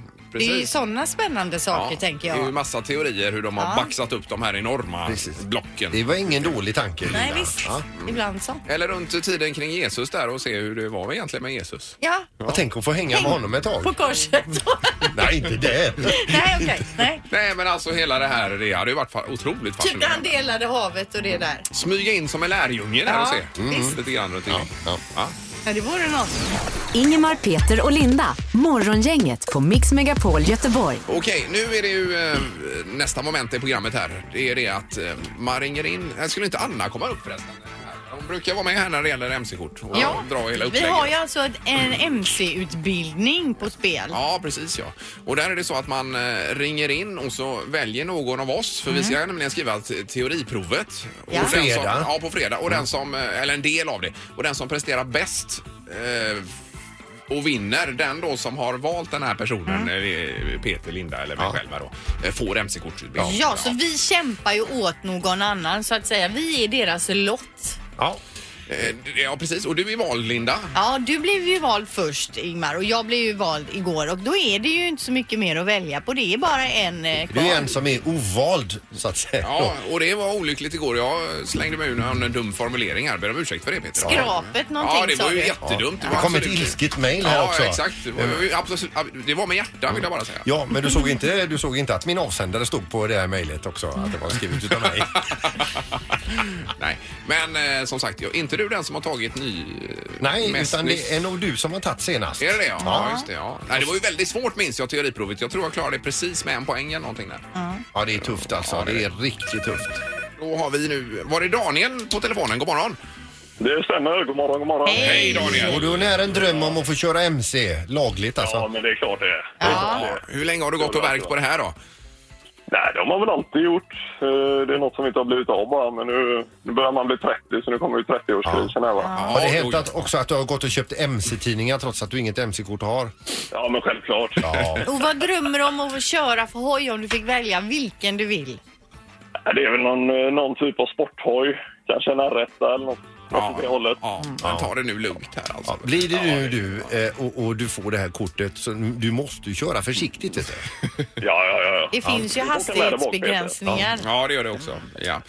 Speaker 1: Mm, Precis.
Speaker 3: sådana spännande
Speaker 1: Ja, Mm.
Speaker 3: saker tänker
Speaker 1: Det är ju
Speaker 3: jag.
Speaker 1: massa teorier hur de har
Speaker 3: Ja.
Speaker 1: baxat upp de här enorma blocken.
Speaker 2: Det var ingen dålig tanke.
Speaker 3: Nej
Speaker 2: Linda.
Speaker 3: visst,
Speaker 2: Ja.
Speaker 3: ibland så.
Speaker 1: Eller runt tiden kring Jesus där och se hur det var egentligen med Jesus.
Speaker 3: Ja,
Speaker 2: Jag tänker att få hänga med honom ett tag.
Speaker 3: på korset.
Speaker 1: Mm.
Speaker 2: Nej, inte det.
Speaker 3: (laughs) Nej okej, nej.
Speaker 1: Nej men alltså hela det här, det hade ju varit fa- otroligt
Speaker 3: Typ när han
Speaker 1: fascinerande.
Speaker 3: delade havet och det där.
Speaker 1: Smyga in som en lärjunge där
Speaker 3: Ja,
Speaker 1: och se. Lite grann runt omkring.
Speaker 2: ja.
Speaker 1: Mm. Ja.
Speaker 3: Ja, det vore något.
Speaker 4: Ingemar, Peter och Linda. Morgongänget på Mix Megapol Göteborg.
Speaker 1: Okej, nu är det ju eh, nästa moment i programmet här. Det är det att eh, man ringer in. Här skulle inte Anna komma upp förresten? Hon brukar vara med här när det gäller MC-kort och
Speaker 3: Ja.
Speaker 1: dra hela
Speaker 3: Vi
Speaker 1: upplägget.
Speaker 3: har ju alltså ett- en MC-utbildning på spel.
Speaker 1: Ja, precis ja. Och där är det så att man eh, ringer in och så väljer någon av oss, för vi ska nämligen skriva te- teoriprovet.
Speaker 3: Mm. Ja. Mm.
Speaker 1: Och
Speaker 3: På
Speaker 1: den Som,
Speaker 2: fredag.
Speaker 1: ja, på fredag. Och den som, eh, eller en del av det. Och den som presterar bäst eh, och vinner, den då som har valt den här
Speaker 3: Mm.
Speaker 1: personen, eh, Peter, Linda eller mig själv här då, eh, får MC-kort.
Speaker 3: Ja, så vi kämpar ju åt någon annan så att säga. Vi är deras lott.
Speaker 1: Ja. Eh, Ja, precis. Och du är vald, Linda.
Speaker 3: Ja, du blev ju vald först Ingmar och jag blev ju vald igår och då är det ju inte så mycket mer att välja på. Det är bara en eh,
Speaker 2: Det är
Speaker 3: kvar.
Speaker 2: en som är ovald, så att säga.
Speaker 1: Ja, och det var olyckligt igår. Jag slängde mig ur en dum formulering här. Ber om ursäkt för det, Peter.
Speaker 3: Skrapet någonting
Speaker 1: Ja, det
Speaker 3: sa
Speaker 1: var ju
Speaker 3: du.
Speaker 1: jättedumt.
Speaker 2: Det kom ett
Speaker 1: absolut-
Speaker 2: ilsket mejl här
Speaker 1: ja,
Speaker 2: också. Eh,
Speaker 1: Ja, exakt. Det var, ju absolut, det var med hjärta, vill jag bara säga.
Speaker 2: Ja, men du såg, inte, du såg inte att min avsändare stod på det här mejlet också, att det var skrivet
Speaker 1: (laughs)
Speaker 2: utav mig.
Speaker 1: Nej, men eh, som sagt, jag- inte du den som har tagit ny... eh,
Speaker 2: Nej,
Speaker 1: mest
Speaker 2: utan
Speaker 1: nyss?
Speaker 2: det är nog du som har tagit senast.
Speaker 1: Är det det? Ja, just det. Ja. Nej, det var ju väldigt svårt minns jag teoriprovet. Jag tror jag klarade det precis med en poäng eller någonting där.
Speaker 2: Ja, det är tufft alltså. det, är riktigt tufft.
Speaker 1: Då har vi nu... Var det Daniel på telefonen? God morgon!
Speaker 11: Det stämmer. God morgon, god morgon.
Speaker 1: Hej, Daniel!
Speaker 2: Och du är nära en dröm om att få köra MC lagligt alltså.
Speaker 11: Ja, men det är klart det är.
Speaker 1: Ja. Hur länge har du gått och verkt på det här då?
Speaker 11: Nej, det har man väl alltid gjort. Eh, Det är något som inte har blivit av bara, men nu, nu börjar man bli 30 så nu kommer ju 30-årskrisen här va.
Speaker 2: Har det hänt att också att du har gått och köpt MC-tidningar trots att du inget MC-kort har?
Speaker 11: Ja, men självklart.
Speaker 2: Ja.
Speaker 3: Och vad drömmer du om att köra för hoj om du fick välja vilken du vill?
Speaker 11: Det är väl någon, eh, någon typ av sporthoj. Kanske en R1 eller något. något åt det hållet.
Speaker 1: Ja,
Speaker 2: Mm.
Speaker 1: men ta det nu lugnt här alltså.
Speaker 2: Blir det nu du eh, och, och du får det här kortet så du måste ju köra försiktigt vet du.
Speaker 11: Ja, ja, ja.
Speaker 3: Det finns ju hastighetsbegränsningar.
Speaker 1: Ja, det gör det också. Ja.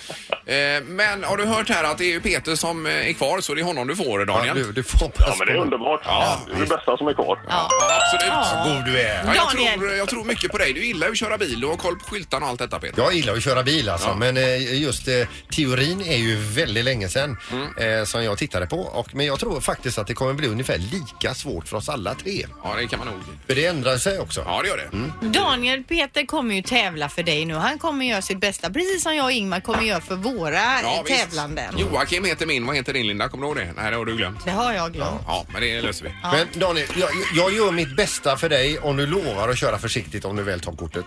Speaker 1: Eh, Men har du hört här att det är ju Peter som eh, är kvar så det är honom du får Daniel?
Speaker 2: du, får hoppas
Speaker 11: Ja, men det är underbart. det är det bästa som är kvar.
Speaker 3: Ja.
Speaker 1: Absolut.
Speaker 2: Vad god du är.
Speaker 1: Ja, jag,
Speaker 3: Daniel.
Speaker 1: tror, jag tror mycket på dig. Du gillar ju att köra bil och har koll på skyltarna och allt detta Peter.
Speaker 2: Jag gillar att köra bil alltså, men eh, just eh, teorin är ju väldigt länge sedan eh, som jag tittade på. Och, men jag tror faktiskt att det kommer bli ungefär lika svårt för oss alla tre.
Speaker 1: Ja, det kan man nog.
Speaker 2: För det ändrar sig också.
Speaker 1: Ja, det gör det.
Speaker 3: Mm. Daniel Peter kommer ju tävla för dig nu. Han kommer göra sitt bästa precis som jag och Ingmar kommer göra för våra
Speaker 1: Ja,
Speaker 3: ja,
Speaker 1: visst.
Speaker 3: tävlanden.
Speaker 1: Joakim heter min. Vad heter din Linda? Kommer du ihåg det? Nej, det har du glömt.
Speaker 3: Det har jag glömt.
Speaker 1: Ja, men det löser vi.
Speaker 2: Men Daniel, jag, jag gör mitt bästa för dig om du lovar att köra försiktigt om du väl tar kortet.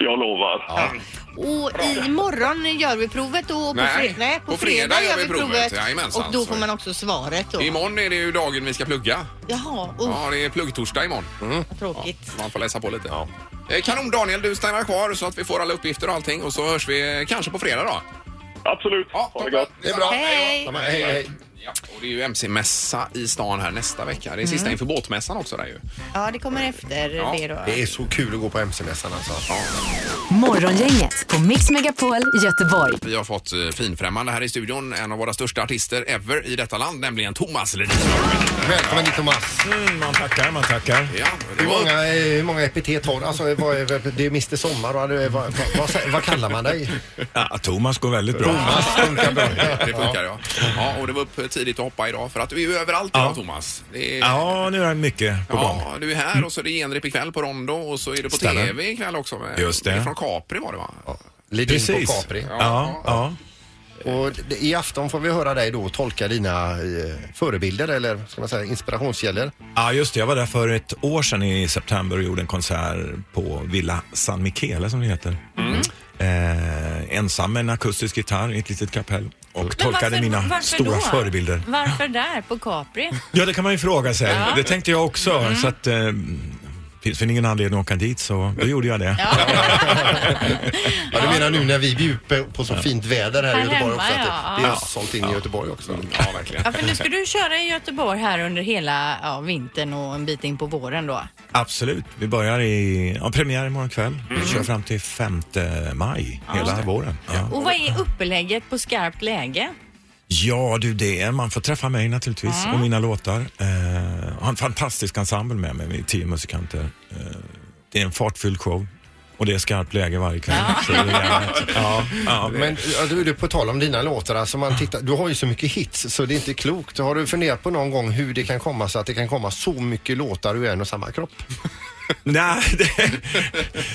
Speaker 11: Jag lovar.
Speaker 3: Och imorgon gör vi provet och på,
Speaker 1: Nej,
Speaker 3: fre- nej, på, fredag, gör vi provet.
Speaker 1: Jajamensan,
Speaker 3: och då
Speaker 1: så är
Speaker 3: får man också svaret då.
Speaker 1: Imorgon är det ju dagen vi ska plugga.
Speaker 3: Jaha, oh,
Speaker 1: Ja, det är pluggtorsdag imorgon.
Speaker 11: Mm.
Speaker 3: vad tråkigt.
Speaker 1: Man får läsa på lite. Eh, Kanon Daniel, du stannar kvar så att vi får alla uppgifter och allting och så hörs vi eh, kanske på fredag då.
Speaker 11: Absolut.
Speaker 1: Ja,
Speaker 11: ha det
Speaker 1: toppen.
Speaker 11: gott.
Speaker 2: Det är bra.
Speaker 3: Hej!
Speaker 2: Ja, men hej, hej.
Speaker 1: Ja, och det är ju MC-mässa i stan här nästa vecka. Det är
Speaker 3: Mm.
Speaker 1: sista inför båtmässan också där ju.
Speaker 3: Ja, det kommer efter det då.
Speaker 2: Det är så kul att gå på MC-mässan alltså.
Speaker 4: Morgongänget på Mix Megapol Göteborg.
Speaker 1: Vi har fått eh, finfrämmande här i studion, en av våra största artister ever i detta land, nämligen Thomas Ledin.
Speaker 2: Välkommen hit Thomas.
Speaker 12: Mm, man tackar, man tackar.
Speaker 1: Ja, det
Speaker 2: Hur
Speaker 1: var-
Speaker 2: många, eh, hur många epitet har du? Alltså, vad, är- det är Mr Sommar och vad, vad, vad, sä- vad kallar man dig?
Speaker 12: Ja, Thomas går väldigt bra.
Speaker 2: funkar bra.
Speaker 1: Det
Speaker 2: (laughs)
Speaker 1: funkar ja. ja. Och det var upp tidigt att hoppa idag för att du är ju överallt idag Thomas. Det är...
Speaker 12: Ja, nu är mycket på gång.
Speaker 1: Ja, du är här och så är det genrep ikväll på Rondo och så är det på
Speaker 12: Stämmer.
Speaker 1: TV ikväll också. Med,
Speaker 12: Just det.
Speaker 1: är Från Capri var det va?
Speaker 2: Lidin på Capri.
Speaker 12: Ja, ja.
Speaker 2: Och det- i afton får vi höra dig då tolka dina eh, förebilder eller ska man säga inspirationskällor.
Speaker 12: ja, just det. Jag var där för ett år sedan i september och gjorde en konsert på Villa San Michele som det heter.
Speaker 3: Mm.
Speaker 12: Eh, ensam med en akustisk gitarr i ett litet kapell och tolkade mina stora förebilder.
Speaker 3: Varför där på Capri?
Speaker 12: Ja, det kan man ju fråga sig.
Speaker 3: Ja. Mm.
Speaker 12: Det tänkte jag också. Så att, eh, finns väl ingen anledning att åka dit så
Speaker 3: Mm.
Speaker 12: då gjorde jag det.
Speaker 2: Ja, du menar nu när vi bjuder på så fint väder här i
Speaker 3: Här
Speaker 2: Göteborg
Speaker 3: hemma,
Speaker 2: också? Att
Speaker 3: ja.
Speaker 2: det- det är sålt in i Göteborg också.
Speaker 1: Ja, verkligen.
Speaker 3: Ja, för nu ska du köra i Göteborg här under hela ja, vintern och en bit in på våren då.
Speaker 12: Absolut. Vi börjar i ja, premiär imorgon kväll.
Speaker 3: Mm.
Speaker 12: Vi kör fram till 5 maj, hela våren. Ja.
Speaker 3: Och vad är upplägget på skarpt läge?
Speaker 12: Ja du, det är, man får träffa mig naturligtvis och mina låtar. Eh, jag har en fantastisk ensemble med mig, med tio musikanter. Eh, det är en fartfylld show och det är skarpt läge varje kväll. Så det är jävligt. ja, ja.
Speaker 2: Men ja, du, du, på tal om dina låtar, alltså man tittar, du har ju så mycket hits så det är inte klokt. Har du funderat på någon gång hur det kan komma så att det kan komma så mycket låtar ur en och samma kropp?
Speaker 12: Nej, det,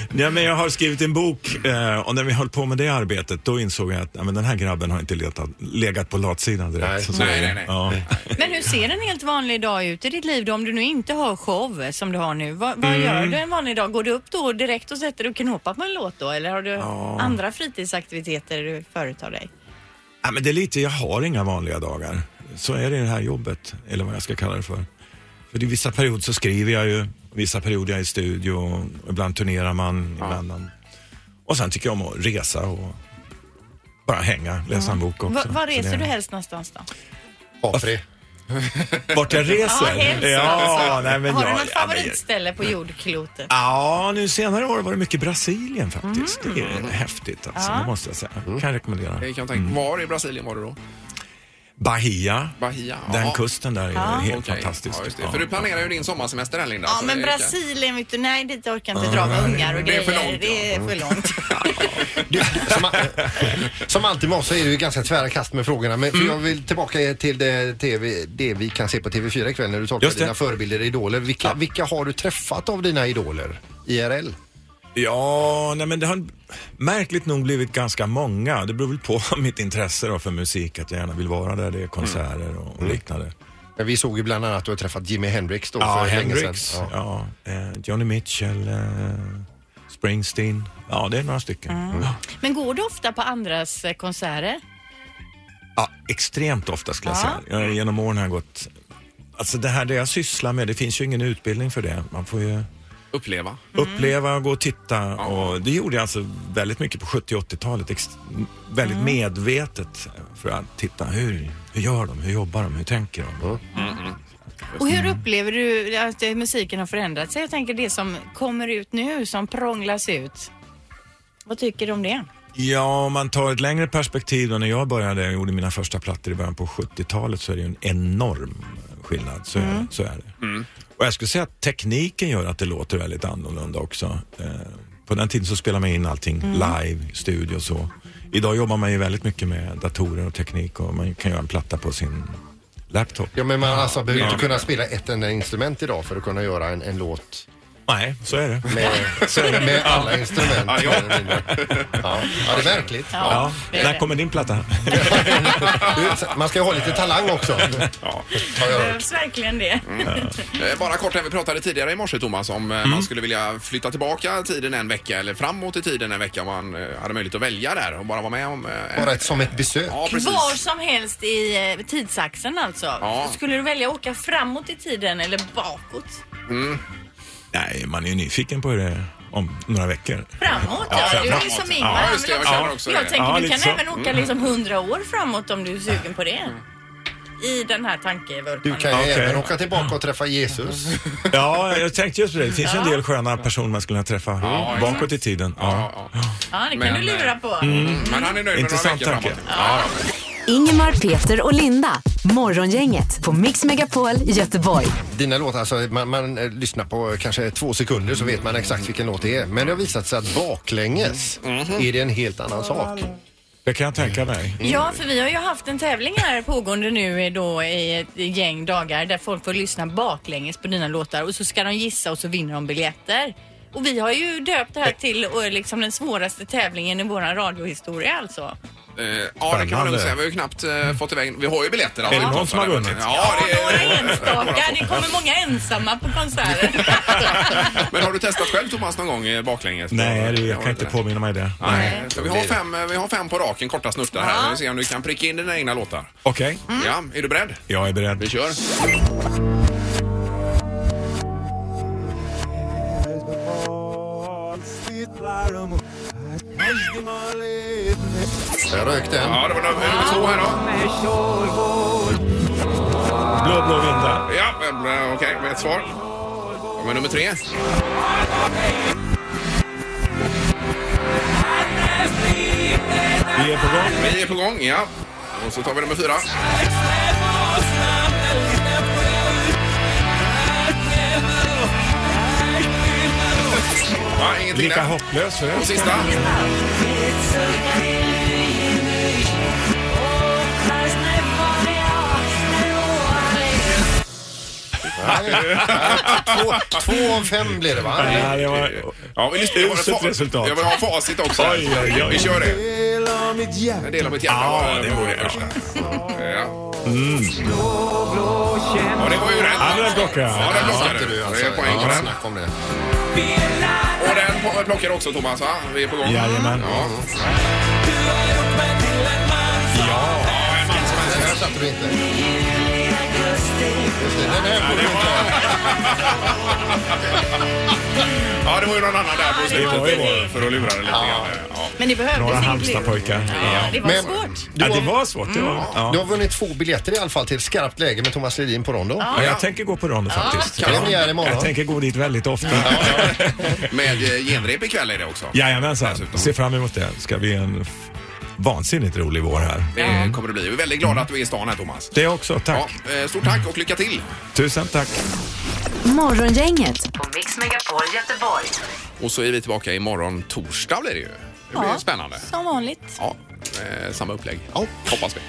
Speaker 12: nej, men jag har skrivit en bok eh, och när vi höll på med det arbetet då insåg jag att nej, men den här grabben har inte letat, legat på latsidan direkt.
Speaker 1: Nej.
Speaker 12: Så, så är
Speaker 1: Nej,
Speaker 12: det.
Speaker 1: nej,
Speaker 12: Ja.
Speaker 3: Men hur ser en helt vanlig dag ut i ditt liv då? Om du nu inte har show som du har nu, vad, vad
Speaker 12: Mm.
Speaker 3: gör du en vanlig dag? Går du upp då direkt och sätter dig och knåpar på en låt då? Eller har du
Speaker 12: Ja.
Speaker 3: andra fritidsaktiviteter du företar dig?
Speaker 12: Ja, men det är lite, jag har inga vanliga dagar. Så är det i det här jobbet, eller vad jag ska kalla det för. För det är vissa perioder så skriver jag ju, vissa perioder jag är i studio, och ibland turnerar man, ibland man. Och sen tycker jag om att resa och bara hänga, läsa en bok också.
Speaker 3: Va, var
Speaker 12: Så det-
Speaker 3: reser du helst någonstans då?
Speaker 2: Apri.
Speaker 12: Vart jag reser?
Speaker 3: Ja, helst
Speaker 12: ja,
Speaker 3: alltså.
Speaker 12: nej, men
Speaker 3: Har
Speaker 12: jag,
Speaker 3: du något
Speaker 12: ja, men- Mm. Alltså,
Speaker 3: favoritställe på jordklotet?
Speaker 12: Ja, nu senare år var det mycket Brasilien faktiskt. Det är häftigt alltså,
Speaker 3: Mm. Ja.
Speaker 12: det måste jag säga. Kan jag rekommendera.
Speaker 1: Jag Mm. kan
Speaker 12: Mm.
Speaker 1: tänka, Var i Brasilien var du då?
Speaker 12: Bahia.
Speaker 1: Bahia.
Speaker 12: Den
Speaker 1: ja.
Speaker 12: kusten där är
Speaker 3: Ja.
Speaker 12: helt
Speaker 1: Okej,
Speaker 12: fantastisk.
Speaker 1: Ja, just det.
Speaker 12: Ja.
Speaker 1: För du planerar ju din sommarsemester här Linda.
Speaker 3: Ja,
Speaker 1: så
Speaker 3: men
Speaker 1: det är-
Speaker 3: Brasilien vet du, nej dit orkar jag inte
Speaker 2: Ja,
Speaker 3: dra med
Speaker 2: nej,
Speaker 3: ungar och
Speaker 1: det är
Speaker 3: grejer.
Speaker 1: för långt,
Speaker 3: Det är för
Speaker 12: (laughs)
Speaker 3: långt.
Speaker 2: Som alltid med oss så är det ju ganska tvära kast med frågorna. Men för jag vill tillbaka till det, TV, det vi kan se på TV4 ikväll när du tolkar
Speaker 12: Just det.
Speaker 2: dina förebilder, idoler. Vilka, vilka har du träffat av dina idoler? IRL?
Speaker 12: Ja, nej men det har märkligt nog blivit ganska många. Det beror väl på (laughs) mitt intresse då för musik, att jag gärna vill vara där det är konserter och, och liknande.
Speaker 2: Men vi såg ju bland annat att du har träffat Jimi Hendrix då
Speaker 12: Ja,
Speaker 2: för länge
Speaker 12: Hendrix,
Speaker 2: sedan.
Speaker 12: ja. eh, Johnny Mitchell, eh, Springsteen. Ja, det är några stycken. Ja.
Speaker 3: Men går du ofta på andras eh, konserter?
Speaker 12: Ja, extremt ofta skulle jag
Speaker 3: Ja.
Speaker 12: säga. Jag, genom åren har jag gått... Alltså det här det jag sysslar med, det finns ju ingen utbildning för det. Man får ju
Speaker 1: Uppleva.
Speaker 12: uppleva och gå och titta. Och det gjorde jag alltså väldigt mycket på 70 och 80-talet. Ex- väldigt medvetet eh, för att titta hur, hur gör de, hur jobbar de, hur tänker de.
Speaker 3: Och hur
Speaker 12: Mm.
Speaker 3: upplever du att eh, musiken har förändrat sig? Jag tänker det som kommer ut nu, som prånglas ut. Vad tycker du om det?
Speaker 12: Ja, om man tar ett längre perspektiv då när jag började och gjorde mina första plattor i början på 70-talet så är det ju en enorm skillnad. Så, är,
Speaker 13: Mm.
Speaker 12: det, så är det. Och jag skulle säga att tekniken gör att det låter väldigt annorlunda också. Eh, på den tiden så spelade man in allting
Speaker 13: Mm.
Speaker 12: live, i studio och så. Idag jobbar man ju väldigt mycket med datorer och teknik och man kan göra en platta på sin laptop.
Speaker 2: Ja, men man alltså, behöver
Speaker 12: Ja.
Speaker 2: inte kunna spela ett enda instrument idag för att kunna göra en, en låt
Speaker 12: Nej, så är det.
Speaker 2: med,
Speaker 12: Så är det.
Speaker 2: med alla
Speaker 12: Ja.
Speaker 2: instrument.
Speaker 12: Ja,
Speaker 2: mer eller mindre. ja. ja, det är verkligt.
Speaker 12: Ja. När kommer din platta? (laughs)
Speaker 2: Du, Man ska ju ha lite talang också.
Speaker 1: Ja.
Speaker 3: Behövs verkligen det?
Speaker 12: Mm,
Speaker 1: Eh, Bara kort här, vi pratade tidigare i morse Thomas om eh, man skulle vilja flytta tillbaka tiden en vecka eller framåt i tiden en vecka om man eh, hade möjlighet att välja där och bara vara med om... eh,
Speaker 2: Bara ett, som ett besök.
Speaker 1: Ja, precis.
Speaker 3: Var som helst i eh, tidsaxeln alltså.
Speaker 1: Ja.
Speaker 3: Skulle du välja att åka framåt i tiden eller bakåt?
Speaker 12: Nej, man är ju nyfiken på hur det är om några veckor.
Speaker 3: Framåt ja,
Speaker 12: Ja,
Speaker 3: du är ju
Speaker 12: framåt.
Speaker 3: som Ingvar.
Speaker 12: Ja,
Speaker 3: Han
Speaker 12: just det,
Speaker 3: vill
Speaker 12: jag
Speaker 3: också-
Speaker 12: känner också
Speaker 3: jag
Speaker 12: det.
Speaker 3: tänker
Speaker 12: Ja,
Speaker 3: du
Speaker 12: lite
Speaker 3: kan
Speaker 12: så.
Speaker 3: även åka
Speaker 12: Mm.
Speaker 3: liksom hundra år framåt om du är sugen på det. I den här tankevurpan.
Speaker 2: Du kan ju
Speaker 12: Okej.
Speaker 2: även åka tillbaka och träffa Jesus.
Speaker 12: Ja, jag tänkte just på det. Det finns ju en del sköna personer man skulle kunna träffa
Speaker 1: Ja, exakt.
Speaker 12: bakåt i tiden. Ja.
Speaker 3: Ja, det kan
Speaker 12: Men,
Speaker 3: du lura på.
Speaker 12: Mm.
Speaker 1: Men han är nöjd med några
Speaker 12: Intressant
Speaker 1: veckor
Speaker 12: tanke.
Speaker 1: framåt. Ja.
Speaker 4: Ingemar, Peter och Linda. Morgongänget på Mix Megapol Göteborg.
Speaker 2: Dina låtar, alltså, man, man eh, lyssnar på kanske två sekunder så vet man exakt vilken låt det är. Men det har visat sig att baklänges är det en helt annan sak.
Speaker 12: Det kan jag tänka mig.
Speaker 3: Ja, för vi har ju haft en tävling här pågående nu i- då i ett gäng dagar där folk får lyssna baklänges på dina låtar och så ska de gissa och så vinner de biljetter. Och vi har ju döpt det här till och liksom den svåraste tävlingen i våran radiohistoria alltså.
Speaker 1: Eh, ja, det kan man
Speaker 12: Spännande.
Speaker 1: lugnt säga. Vi har ju knappt eh, fått iväg... Vi har ju biljetter.
Speaker 12: Är det
Speaker 1: alltså.
Speaker 12: någon som har vunnit?
Speaker 1: Ja, det är...
Speaker 3: Enstaka, det kommer många ensamma på konserter.
Speaker 1: Men har du testat själv Thomas någon gång eh, baklänges?
Speaker 12: Nej, du,
Speaker 1: Har
Speaker 12: jag
Speaker 1: du
Speaker 12: kan inte
Speaker 1: det?
Speaker 12: påminna mig det.
Speaker 1: Nej, så vi har, fem, eh, vi har fem på raken, korta snuttar här. Vi får se om du kan pricka in dina egna låtar.
Speaker 12: Okej,
Speaker 1: Ja, är du beredd?
Speaker 12: jag är beredd.
Speaker 1: Vi kör.
Speaker 2: Jag rökte en.
Speaker 1: Ja, det var nummer nummer två här då.
Speaker 12: Blå, blå vindar.
Speaker 1: Ja, men, eh, okej, med ett svar. Kommer nummer tre.
Speaker 12: Vi är på gång.
Speaker 1: Vi är på gång, ja. Och så tar vi nummer fyra. Ja, ingenting
Speaker 12: Lika
Speaker 1: där.
Speaker 12: hopplös för
Speaker 1: Och sista.
Speaker 2: Två, två av fem blir det va?
Speaker 12: Nej, det var
Speaker 1: Ja, vi lyssnar. Jag vill ha
Speaker 12: uselt
Speaker 1: fa-
Speaker 12: resultat.
Speaker 1: Jag vill ha facit också.
Speaker 12: Oj, oj, oj.
Speaker 1: Vi kör det.
Speaker 13: Del av mitt hjärta.
Speaker 1: En del av mitt hjärta
Speaker 12: Ja,
Speaker 1: var
Speaker 12: det
Speaker 1: var
Speaker 12: var det.
Speaker 1: första. Ja.
Speaker 12: Mm.
Speaker 1: ja, det var ju rätt.
Speaker 12: Ja, den plockade jag.
Speaker 1: Ja, den
Speaker 2: Ja,
Speaker 1: plockade
Speaker 2: inte
Speaker 1: du.
Speaker 2: du,
Speaker 1: Alltså. Det
Speaker 2: alltså.
Speaker 1: är poäng på
Speaker 2: Ja,
Speaker 1: den.
Speaker 2: snack om det.
Speaker 1: Och den po- plockar också Thomas, va? Vi är på gång.
Speaker 12: Jajamän.
Speaker 1: Ja.
Speaker 2: Den här satte du inte. Just det, den här får du inte.
Speaker 1: ja, det var ju någon annan där på
Speaker 12: Det var ju
Speaker 1: slutet för att lura det lite grann. Ja.
Speaker 3: (laughs) Men det behövdes
Speaker 12: Några
Speaker 3: inget
Speaker 12: Halmstadpojkar.
Speaker 3: Ja, det var
Speaker 2: Men-
Speaker 3: svårt.
Speaker 12: Ja, det var svårt. Det
Speaker 1: Mm.
Speaker 12: var,
Speaker 2: Du
Speaker 12: ja.
Speaker 2: har vunnit två biljetter i alla fall till ett skarpt läge med Thomas Ledin på Rondo.
Speaker 12: Ja, jag tänker gå på rondo faktiskt.
Speaker 2: Kan det bli här imorgon?
Speaker 12: Jag tänker gå dit väldigt ofta.
Speaker 1: Med eh, genrep ikväll är det också.
Speaker 12: Jajamensan, ser fram emot det. ska bli en f- vansinnigt rolig vår här.
Speaker 1: Det eh, kommer det bli. Vi är väldigt glada att du är i stan här Thomas.
Speaker 12: Det också, tack.
Speaker 1: Ja, eh, stort tack och lycka till!
Speaker 12: Tusen tack.
Speaker 4: Morgongänget på Mix Megapol Göteborg.
Speaker 1: Och så är vi tillbaka imorgon torsdag blir det ju. Det blir
Speaker 3: Ja.
Speaker 1: spännande.
Speaker 3: Som vanligt.
Speaker 1: Ja, eh, samma upplägg. Hoppas vi.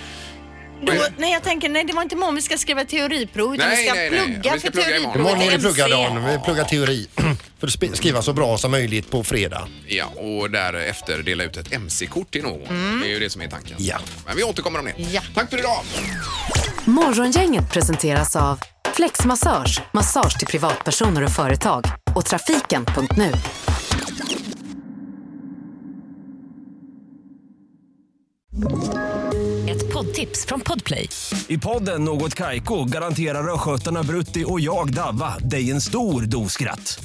Speaker 3: Då, nej, jag tänker, nej, det var inte imorgon vi ska skriva teoriprov utan
Speaker 1: Nej,
Speaker 3: vi ska
Speaker 1: nej, nej.
Speaker 3: plugga
Speaker 1: Vi ska
Speaker 3: för
Speaker 1: plugga imorgon.
Speaker 3: teoriprovet
Speaker 2: Imorgon är det
Speaker 3: MC.
Speaker 2: pluggardagen. Vi pluggar teori (clears throat) för att sp- skriva så bra som möjligt på fredag.
Speaker 1: Ja, och därefter dela ut ett MC-kort till någon. Det är ju det som är tanken.
Speaker 2: Ja.
Speaker 1: Men vi återkommer om det. Tack för idag!
Speaker 4: Morgongänget presenteras av Flexmassage, massage till privatpersoner och företag och trafiken.nu.
Speaker 14: Ett poddtips från Podplay. I podden Något Kaiko garanterar östgötarna Brutti och jag, Davva, dig en stor dos skratt.